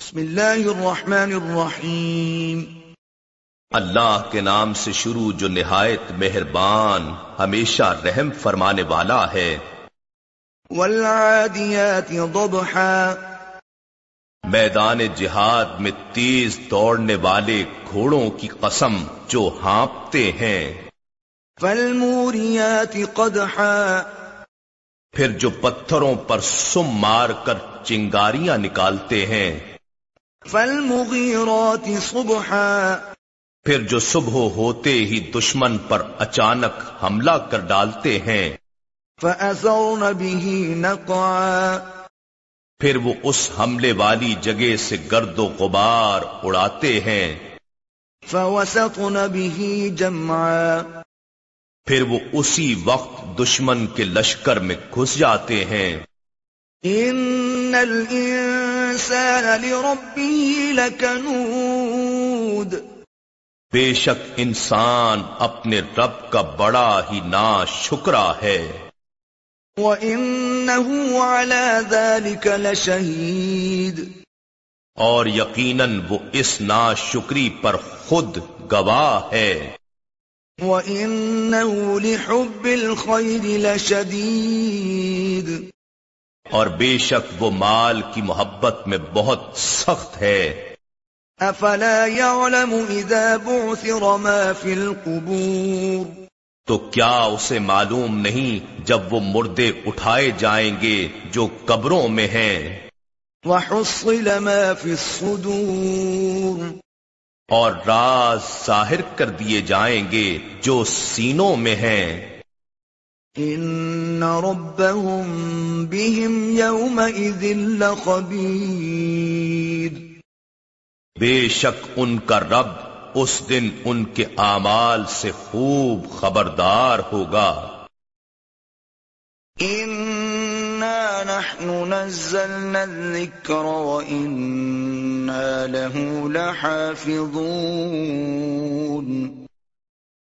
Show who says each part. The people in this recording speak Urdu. Speaker 1: بسم اللہ الرحمن الرحیم
Speaker 2: اللہ کے نام سے شروع جو نہایت مہربان ہمیشہ رحم فرمانے والا ہے
Speaker 1: والعادیات ضبحا
Speaker 2: میدان جہاد میں تیز دوڑنے والے گھوڑوں کی قسم جو ہانپتے ہیں
Speaker 1: فالموریات قدحا
Speaker 2: پھر جو پتھروں پر سم مار کر چنگاریاں نکالتے ہیں
Speaker 1: فالمغیرات صبحا
Speaker 2: پھر جو صبح ہوتے ہی دشمن پر اچانک حملہ کر ڈالتے ہیں
Speaker 1: فأثرن به نقعا
Speaker 2: پھر وہ اس حملے والی جگہ سے گرد و غبار اڑاتے ہیں
Speaker 1: فوسطن به جمعا
Speaker 2: پھر وہ اسی وقت دشمن کے لشکر میں گھس جاتے ہیں
Speaker 1: ان الانسان لربه لکنود
Speaker 2: بے شک انسان اپنے رب کا بڑا ہی ناشکرا ہے
Speaker 1: وانه على ذلك لشهيد
Speaker 2: اور یقیناً وہ اس ناشکری پر خود گواہ ہے
Speaker 1: وانه لحب الخير لشديد
Speaker 2: اور بے شک وہ مال کی محبت میں بہت سخت ہے
Speaker 1: افلا يعلم اذا بعثر ما في القبور
Speaker 2: تو کیا اسے معلوم نہیں جب وہ مردے اٹھائے جائیں گے جو قبروں میں ہیں
Speaker 1: وحصل ما في الصدور
Speaker 2: اور راز ظاہر کر دیے جائیں گے جو سینوں میں ہیں
Speaker 1: ان ربهم بهم يومئذ لخبير
Speaker 2: بے شک ان کا رب اس دن ان کے اعمال سے خوب خبردار ہوگا
Speaker 1: إنا نحن نزلنا الذكر وإنا له لحافظون